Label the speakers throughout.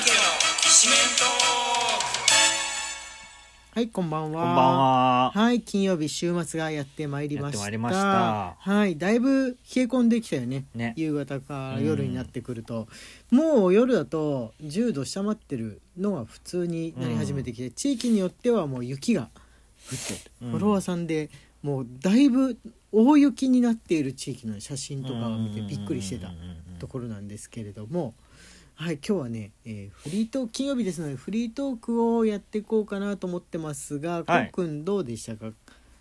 Speaker 1: シメント
Speaker 2: はい、こんばんは。
Speaker 3: こんばんは。
Speaker 2: はい、金曜日週末がやってまいりました。
Speaker 3: やってまいりました
Speaker 2: はい、だいぶ冷え込んできたよね。
Speaker 3: ね
Speaker 2: 夕方から
Speaker 3: うん
Speaker 2: 夜になってくると、もう夜だと10度下回ってるのが普通になり始めてきて、地域によってはもう雪が降ってる。
Speaker 3: うん
Speaker 2: フォロワーさんでもうだいぶ大雪になっている地域の写真とかを見てびっくりしてた。ところなんですけれども、はい、今日はね、えーフリートーク金曜日ですのでフリートークをやっていこうかなと思ってますが、
Speaker 3: はい
Speaker 2: こうくんどうでしたか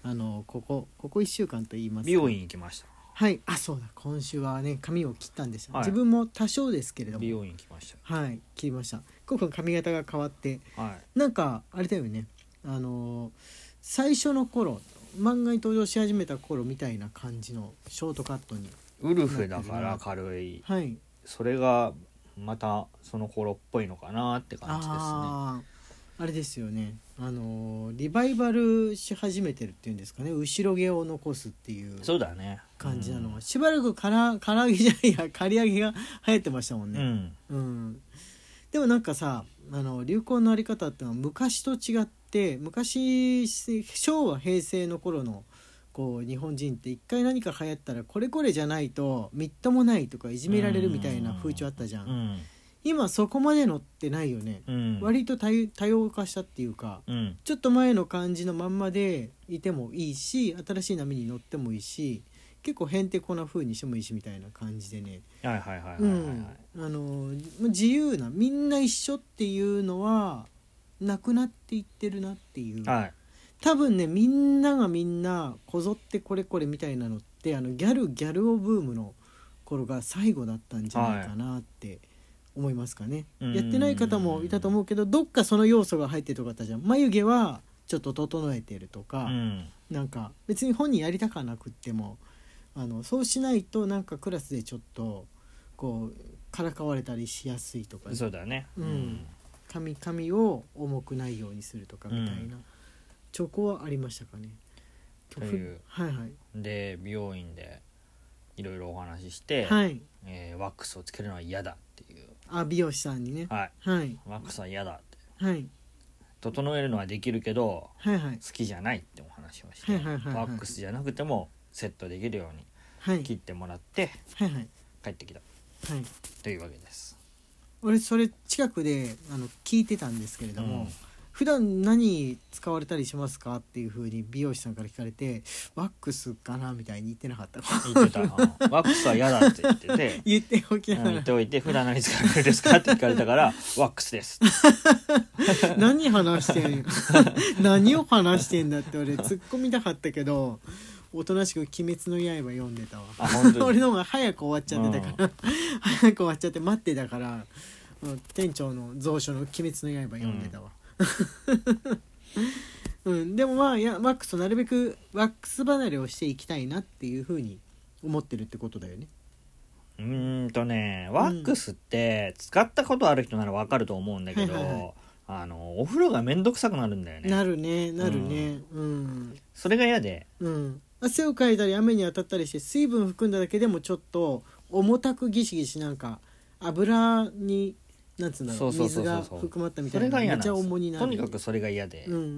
Speaker 2: あのここここ1週間と言いますか
Speaker 3: 美容院行きました
Speaker 2: はいあそうだ今週はね髪を切ったんですよ、
Speaker 3: はい
Speaker 2: 自分も多少ですけれど
Speaker 3: 美
Speaker 2: も
Speaker 3: 容院行きまし
Speaker 2: はい切りましたこうくん髪型が変わって
Speaker 3: たはい
Speaker 2: なんかあれだよねあのー最初の頃漫画に登場し始めた頃みたいな感じのショートカットに
Speaker 3: ウルフだから軽い
Speaker 2: はい
Speaker 3: それがまたその頃っぽいのかなって感じで
Speaker 2: あーあれですよねあのーリバイバルし始めてるっていうんですかね後ろ毛を残すっていう
Speaker 3: すねそうだね
Speaker 2: 感じなのは、しばらくから唐揚げじゃないや刈り上げが流行ってましたもん
Speaker 3: うんう
Speaker 2: ね、
Speaker 3: ん
Speaker 2: うんでもなんかさあの流行のあり方ってのは昔と違って昔昭和平成の頃のこう日本人って一回何か流行ったらこれこれじゃないとみっともないとかいじめられるみたいな風潮あったじゃん、
Speaker 3: うん
Speaker 2: 今そこまでのってないよね、
Speaker 3: うん
Speaker 2: 割と多様多様化したっていうか
Speaker 3: うん
Speaker 2: ちょっと前の感じのまんまでいてもいいし新しい波に乗ってもいいし結構へんてこな風にしてもいいしみたいな感じでね
Speaker 3: はいはいはいはいはい
Speaker 2: うんあのま自由なみんな一緒っていうのはなくなっていってるなっていう、
Speaker 3: はいはい
Speaker 2: 多分ねみんながみんなこぞってこれこれみたいなのってあのギャルギャルオブームの頃が最後だったんじゃないかなって思いますかね、
Speaker 3: うん
Speaker 2: やってない方もいたと思うけどどっかその要素が入ってるとかあったじゃん眉毛はちょっと整えてるとか、
Speaker 3: うん
Speaker 2: なんか別に本人やりたかなくってもあのそうしないとなんかクラスでちょっとこうからかわれたりしやすいとか
Speaker 3: そうだね
Speaker 2: うん髪髪を重くないようにするとかみたいな、兆候はありましたかね。
Speaker 3: という
Speaker 2: はいはい
Speaker 3: で美容院でいろいろお話しして
Speaker 2: はい。
Speaker 3: えーワックスをつけるのは嫌だっていう
Speaker 2: あ美容師さんにね。
Speaker 3: はい
Speaker 2: はい
Speaker 3: ワックスは嫌だって
Speaker 2: はい
Speaker 3: 整えるのはできるけど
Speaker 2: はいはい
Speaker 3: 好きじゃないってお話をして
Speaker 2: は
Speaker 3: ワ
Speaker 2: いはいはいはい
Speaker 3: ックスじゃなくてもセットできるように
Speaker 2: はい
Speaker 3: 切ってもらって
Speaker 2: はいはい
Speaker 3: 帰ってきた
Speaker 2: はい。
Speaker 3: というわけです。
Speaker 2: 俺それ近くであの聞いてたんですけれども、
Speaker 3: うん
Speaker 2: 普段何使われたりしますかっていうふうに美容師さんから聞かれてワックスかなみたいに言ってなかった
Speaker 3: 言ってたうんワックスは嫌だって言ってて
Speaker 2: 言っておき
Speaker 3: うん
Speaker 2: なが
Speaker 3: 言っておいて普段何使うんですかって聞かれたから ワックスです
Speaker 2: ら何話してん 何を話してんだって俺突っ込みたかったけどおとなしく「鬼滅の刃」読んでたわ
Speaker 3: あ本当
Speaker 2: 俺
Speaker 3: に
Speaker 2: の方が早く終わっちゃってたから、早く終わっちゃって待ってたからうん店長の蔵書の「鬼滅の刃」読んでたわ、うんでもまあいやワックスとなるべくワックス離れをしていきたいなっていうふうに思ってるってことだよね
Speaker 3: うーんとねワックスって使ったことある人ならわかると思うんだけ
Speaker 2: はいはいは
Speaker 3: どあのお風呂が面倒くさくなるんだよ
Speaker 2: な
Speaker 3: ね
Speaker 2: るねなるねうん
Speaker 3: それが嫌で
Speaker 2: うん、汗をかいたり雨に当たったりして水分含んだだけでもちょっと重たくギシギシなんか油になんつうんだろう
Speaker 3: そうそうそ
Speaker 2: 水
Speaker 3: うそう
Speaker 2: が含まったみた
Speaker 3: そ
Speaker 2: い
Speaker 3: れ
Speaker 2: な
Speaker 3: が嫌
Speaker 2: め
Speaker 3: なん
Speaker 2: ちゃ重に
Speaker 3: で
Speaker 2: な
Speaker 3: す
Speaker 2: る
Speaker 3: とにかくそれが嫌で
Speaker 2: うんうんうんう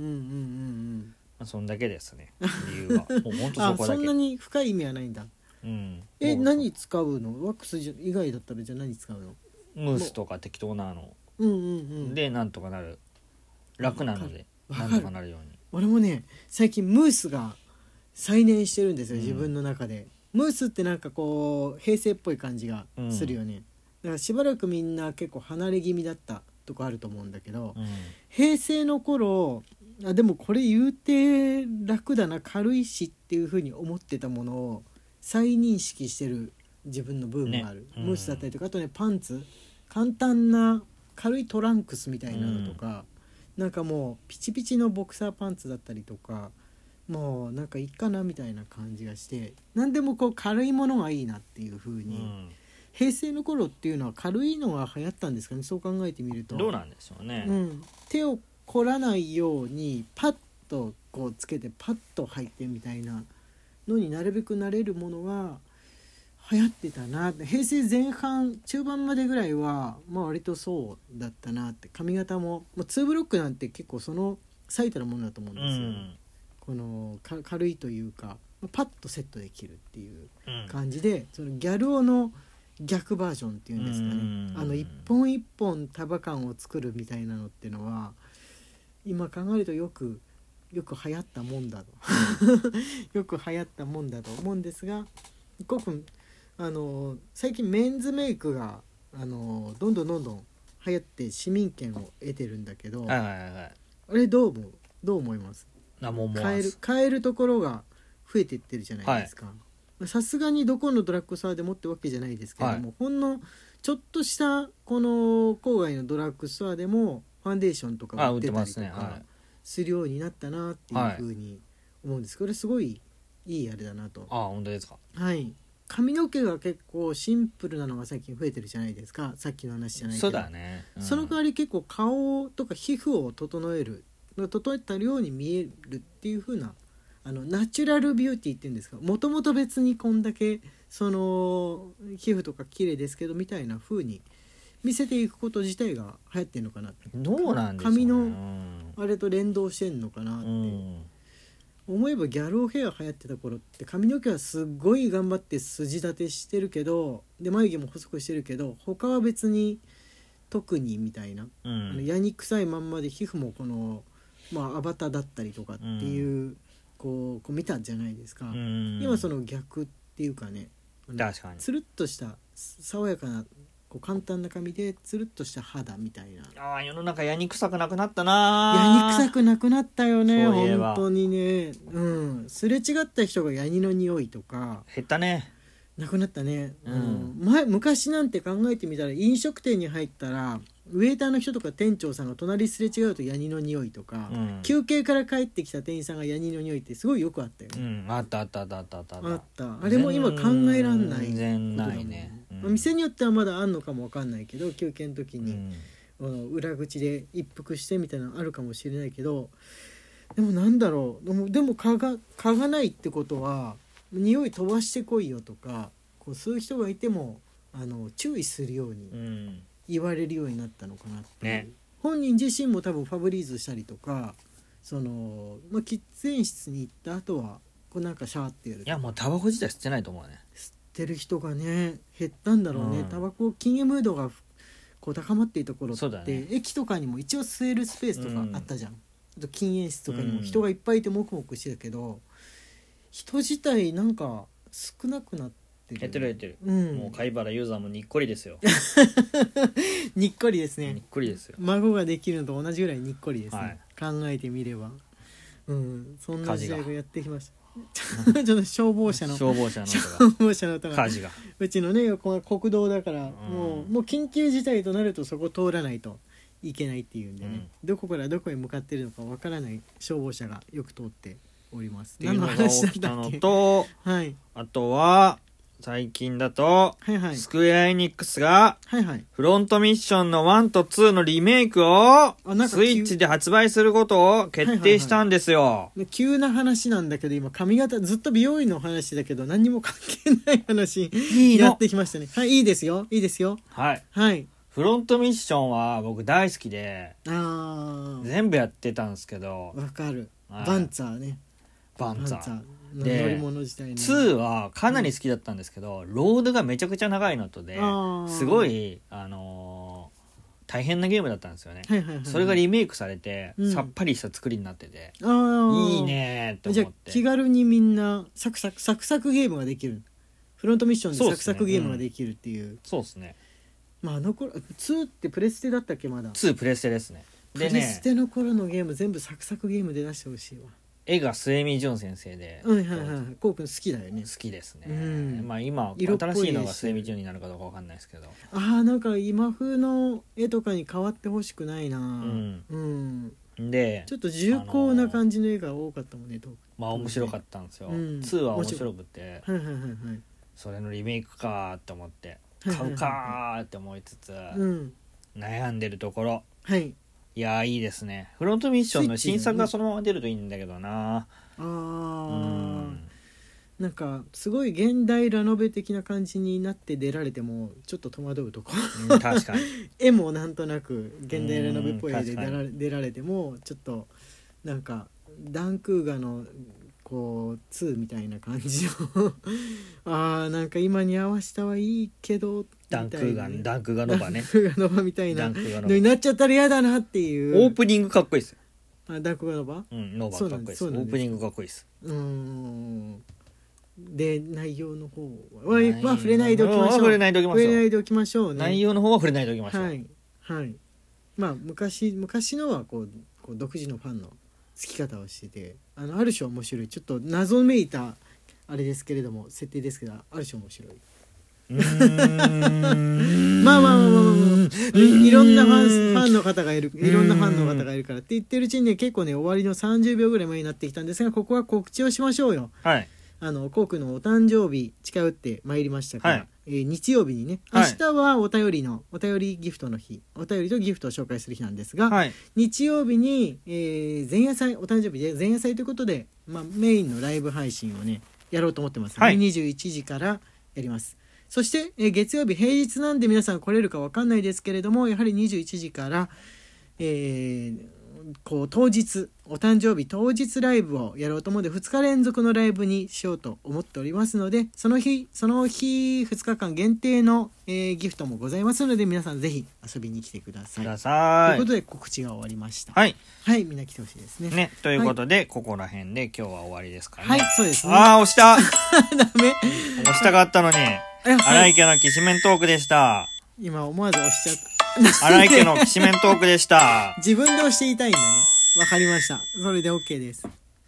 Speaker 2: ん
Speaker 3: まあそんだけですね理由はもうほん
Speaker 2: うん
Speaker 3: と
Speaker 2: あそ
Speaker 3: そこだ
Speaker 2: ん
Speaker 3: け
Speaker 2: なに深い意味はないんだ
Speaker 3: うん
Speaker 2: え
Speaker 3: もう
Speaker 2: 何使うのワックスじゃ以外だったらじゃあ何使うの
Speaker 3: ムースとか適当なの
Speaker 2: うんうんうん
Speaker 3: でなんとかなる楽なので
Speaker 2: わか
Speaker 3: な
Speaker 2: る
Speaker 3: んとかなるように
Speaker 2: 俺もね最近ムースが再燃してるんですよ
Speaker 3: うん
Speaker 2: 自分の中で、ムースってなんかこう平成っぽい感じがするよね、だからしばらくみんな結構離れ気味だったとこあると思うんだけど、
Speaker 3: う
Speaker 2: 平成の頃あでもこれ言うて楽だな軽いしっていうふうに思ってたものを再認識してる自分のブームがある、
Speaker 3: ねうん
Speaker 2: ムースだったりとかあとねパンツ簡単な軽いトランクスみたいなのとか、なんかもうピチピチのボクサーパンツだったりとかもうなんかいいかなみたいな感じがして何でもこう軽いものがいいなっていうふうに、
Speaker 3: ん、
Speaker 2: 平成の頃っていうのは軽いのが流行ったんですかねそう考えてみると。
Speaker 3: どうなんでしょうね、
Speaker 2: うん、手を凝らないようにパッとこうつけてパッと入ってみたいなのになるべくなれるものが流行ってたなって平成前半中盤までぐらいは、まあ、割とそうだったなって髪型も、まあ、2ブロックなんて結構その最たるものだと思うん
Speaker 3: う
Speaker 2: ですよ、
Speaker 3: ん
Speaker 2: このか軽いというか、まあ、パッとセットできるっていう
Speaker 3: うん
Speaker 2: 感じでそのギャル男の逆バージョンっていうんですか
Speaker 3: うん
Speaker 2: ねあの一本一本束感を作るみたいなのってのは今考えるとよくよく流行ったもんだと よく流行ったもんだと思うんですがごくあの最近メンズメイクがあのどんどんどんどん流行って市民権を得てるんだけど
Speaker 3: はいはいはいはい
Speaker 2: あれどう思うどう思います
Speaker 3: あもう思わ
Speaker 2: 変える
Speaker 3: ず
Speaker 2: 変えるところが増えていってるじゃないですかさすがにどこのドラッグストアでもってわけじゃないですけども、
Speaker 3: は
Speaker 2: ほんのちょっとしたこの郊外のドラッグストアでもファンデーションとか
Speaker 3: あ
Speaker 2: が売
Speaker 3: 売
Speaker 2: っ
Speaker 3: って
Speaker 2: て
Speaker 3: ま
Speaker 2: たり
Speaker 3: す
Speaker 2: と
Speaker 3: ねは
Speaker 2: かするようになったなっていう
Speaker 3: はい
Speaker 2: ふうに思うんですこれすごいいいあれだなと
Speaker 3: いあ本当ですか
Speaker 2: はい髪の毛が結構シンプルなのが最近増えてるじゃないですかさっきの話じゃないけど
Speaker 3: そうだねうん
Speaker 2: その代わり結構顔とか皮膚を整える整えたように見えるっていう風なあのナチュラルビューティーっていうんですかもともと別にこんだけその皮膚とか綺麗ですけどみたいな風に見せていくこと自体が流行ってるのかなって
Speaker 3: どうなんですかね
Speaker 2: 髪の
Speaker 3: うん
Speaker 2: あれと連動してんのかなって、
Speaker 3: うん
Speaker 2: 思えばギャルオヘア流行ってた頃って髪の毛はすっごい頑張って筋立てしてるけどで眉毛も細くしてるけど他は別に特にみたいな
Speaker 3: う
Speaker 2: あの
Speaker 3: ん
Speaker 2: ヤニ臭いまんまで皮膚もこの、まあ、アバターだったりとかっていう、こうこう見たんじゃないですか、
Speaker 3: うん
Speaker 2: 今その逆っていうかねあの
Speaker 3: 確かに
Speaker 2: つるっとしたす爽やかなこう簡単な髪でつるっとした肌みたいな
Speaker 3: ああ世の中やに臭くなくなった
Speaker 2: ヤ
Speaker 3: な
Speaker 2: ニ臭くなくなったよね
Speaker 3: そういえば
Speaker 2: 本当にねうんすれ違った人がヤニの匂いとか
Speaker 3: 減ったね
Speaker 2: なくなったね、
Speaker 3: うん
Speaker 2: 前昔なんて考えてみたら飲食店に入ったらウェイターの人とか店長さんが隣すれ違うとヤニの匂いとか、
Speaker 3: うん
Speaker 2: 休憩から帰ってきた店員さんがヤニの匂いってすごいよくあったよ
Speaker 3: う
Speaker 2: ね、
Speaker 3: んあったあったあったあったあった
Speaker 2: あったあれも今考えらんない
Speaker 3: 全然
Speaker 2: ことだ
Speaker 3: な
Speaker 2: もん
Speaker 3: いね
Speaker 2: まあ
Speaker 3: うん
Speaker 2: 店によってはまだあんのかもわかんないけど休憩の時
Speaker 3: う
Speaker 2: に、
Speaker 3: ん
Speaker 2: あの裏口で一服してみたいなのあるかもしれないけどでもなんだろうでもでも嗅が嗅がないってことは匂い飛ばしてこいよとかこうそういう人がいてもあの注意するよう
Speaker 3: う
Speaker 2: に
Speaker 3: ん
Speaker 2: 言われるようになったのかなっていう、
Speaker 3: ね
Speaker 2: 本人自身も多分ファブリーズしたりとかその、まあ、喫煙室に行った後はこうなんかシャーってやる
Speaker 3: いやもうタバコ自体吸ってないと思うね
Speaker 2: 吸ってる人がね減ったんだろうね、
Speaker 3: うん
Speaker 2: タバコ禁煙ムードがふこう高まっていた頃って、
Speaker 3: そうだね
Speaker 2: 駅とかにも一応吸えるスペースとかあったじゃん、あと禁煙室とかに
Speaker 3: う
Speaker 2: も
Speaker 3: ん
Speaker 2: 人がいっぱいいてモクモクしてたけど、人自体なんか少なくなってる
Speaker 3: 減ってる減ってる
Speaker 2: うん、
Speaker 3: もう貝原ユーザーもにっこりですよ
Speaker 2: にっこりですね
Speaker 3: にっこりですよ
Speaker 2: 孫ができるのと同じぐらいにっこりですね、考えてみればうんそんな時代がやってきました ちょっと消防車の消
Speaker 3: 消防車の音
Speaker 2: 防車の音
Speaker 3: が
Speaker 2: が
Speaker 3: 火 事が
Speaker 2: うちのね横が国道だから、
Speaker 3: うん
Speaker 2: もうもう緊急事態となるとそこ通らないといけないっていうんでね、どこからどこへ向かってるのかわからない消防車がよく通っております。
Speaker 3: っていうのが起きた
Speaker 2: 何
Speaker 3: の
Speaker 2: 話だっ
Speaker 3: と
Speaker 2: けはい
Speaker 3: あとは最近だ
Speaker 2: は
Speaker 3: と
Speaker 2: いはい
Speaker 3: スクエア・エニックスが
Speaker 2: はいはい
Speaker 3: フロントミッションの1と2のリメイクを
Speaker 2: なんか
Speaker 3: スイッチで発売することを決定したんですよ。
Speaker 2: で急な話なんだけど今髪型ずっと美容院の話だけど何にも関係ない話
Speaker 3: い
Speaker 2: やってきましたね。はいいいですよいいですよ
Speaker 3: はい。
Speaker 2: はい
Speaker 3: フロントミッションは僕大好きで、
Speaker 2: あー
Speaker 3: 全部やってたんですけど、
Speaker 2: わかる、
Speaker 3: はい
Speaker 2: バンツァーね
Speaker 3: バンツァ
Speaker 2: バ
Speaker 3: ー。
Speaker 2: の
Speaker 3: で
Speaker 2: 乗り物自体の
Speaker 3: 2はかなり好きだったんですけど、ロードがめちゃくちゃ長いのとで
Speaker 2: あ、ー
Speaker 3: すごい、あのー大変なゲームだったんですよね。
Speaker 2: はいはいはいはい、
Speaker 3: それがリメイクされて、
Speaker 2: うん
Speaker 3: さっぱりした作りになってて、
Speaker 2: あー
Speaker 3: いいねーと
Speaker 2: じゃ
Speaker 3: 思
Speaker 2: あ
Speaker 3: って。
Speaker 2: 気軽にみんなサクサクサクサクゲームができるフロントミッションで
Speaker 3: そうっ
Speaker 2: サ
Speaker 3: すね
Speaker 2: クサクゲームができるっていう
Speaker 3: そうですね。
Speaker 2: まああの頃2ってプレステだったっけまだ、
Speaker 3: 2プレステですね。
Speaker 2: プ
Speaker 3: で
Speaker 2: レ
Speaker 3: ね
Speaker 2: ス、テの頃のゲーム全部サクサクゲームで出してほしいわ
Speaker 3: 絵が末見ジョン先生で、
Speaker 2: うんはいはいはいこうくん好きだよね
Speaker 3: 好きですね、
Speaker 2: うん
Speaker 3: まあ今
Speaker 2: 色っぽい
Speaker 3: 新しいのが
Speaker 2: し
Speaker 3: 末見ジョンになるかどうかわかんないですけど
Speaker 2: ああんか今風の絵とかに変わってほしくないなうん、
Speaker 3: で
Speaker 2: ちょっと重厚な感じの絵が多かったもんねと
Speaker 3: まあ面白かったんですよ、
Speaker 2: うん
Speaker 3: 2は面白くて
Speaker 2: はいはいはいはい
Speaker 3: それのリメイクかーって思って
Speaker 2: はい
Speaker 3: 買うかーって思いつつ
Speaker 2: うん
Speaker 3: 悩んでるところ
Speaker 2: はい
Speaker 3: いやーいいですねフロントミッションの新作がそのまま出るといいんだけどな
Speaker 2: ああ、
Speaker 3: うん
Speaker 2: なんかすごい現代ラノベ的な感じになって出られてもちょっと戸惑うとこ
Speaker 3: うん確かに
Speaker 2: 絵もなんとなく現代ラノベっぽい絵で出
Speaker 3: うん確
Speaker 2: ら
Speaker 3: か
Speaker 2: れ出られてもちょっとなんかダンクーガのこう2みたいな感じの あーなんか今に合わせたはいいけどみた
Speaker 3: ダ
Speaker 2: い
Speaker 3: ン
Speaker 2: な
Speaker 3: クーガンダンクーガ ノバね
Speaker 2: ダンクーガノバみたい
Speaker 3: ダ
Speaker 2: な
Speaker 3: ンクーガノ
Speaker 2: のに
Speaker 3: バ
Speaker 2: なっちゃったら嫌だなっていう
Speaker 3: オープニングかっこいいですよ
Speaker 2: あダンクーガノバ
Speaker 3: うんノバかっこいいです
Speaker 2: そう
Speaker 3: オ
Speaker 2: なんです
Speaker 3: ープニングかっこいいです
Speaker 2: うーんで内容の方ははまあ触れないでおきましょう
Speaker 3: 触れないでおきま
Speaker 2: 触れな
Speaker 3: しょう
Speaker 2: いでおきましょうね
Speaker 3: 内容の方は触れないでおきましょう
Speaker 2: はいはいまあ昔昔のはこうこう独自のファンの好き方をしててあのある種面白いちょっと謎めいたあれですけれども設定ですけどある種面白い まあまあまあまあまあま
Speaker 3: ま
Speaker 2: あいいろんなファンファン
Speaker 3: ン
Speaker 2: の方がいるいろんなファンの方がいるからって言ってるうちにね結構ね終わりの30秒ぐらい前になってきたんですがここは告知をしましょうよ
Speaker 3: はい
Speaker 2: あのコウ君のお誕生日近寄ってまいりましたから、
Speaker 3: はい
Speaker 2: えー日曜日にね明
Speaker 3: はい
Speaker 2: 日はお便りの、お便りギフトの日お便りとギフトを紹介する日なんですが、
Speaker 3: はい
Speaker 2: 日曜日に、えー前夜祭お誕生日で前夜祭ということで、まあ、メインのライブ配信をねやろうと思ってます、
Speaker 3: はい
Speaker 2: 21時からやりますそして、えー月曜日平日なんで皆さん来れるかわかんないですけれどもやはり21時から、えーこう当日お誕生日当日ライブをやろうと思うので2日連続のライブにしようと思っておりますのでその日その日2日間限定の、えーギフトもございますので皆さんぜひ遊びに来てくださ
Speaker 3: く
Speaker 2: い。
Speaker 3: ださ
Speaker 2: ということ
Speaker 3: い
Speaker 2: で告知が終わりました。
Speaker 3: はい
Speaker 2: はい、みんな来てほしいですね。
Speaker 3: ねということでここら辺で今日は終わりですかね
Speaker 2: はい、そうですね。
Speaker 3: ああ押した
Speaker 2: ダメ。
Speaker 3: 押したかったのに
Speaker 2: えは
Speaker 3: 荒
Speaker 2: い
Speaker 3: 井家のきしめんトークでした
Speaker 2: 今思わず押しちゃった。
Speaker 3: 荒井家のきしめんトークでした
Speaker 2: 自分で押していたいんだね。わかりました。それで OK です。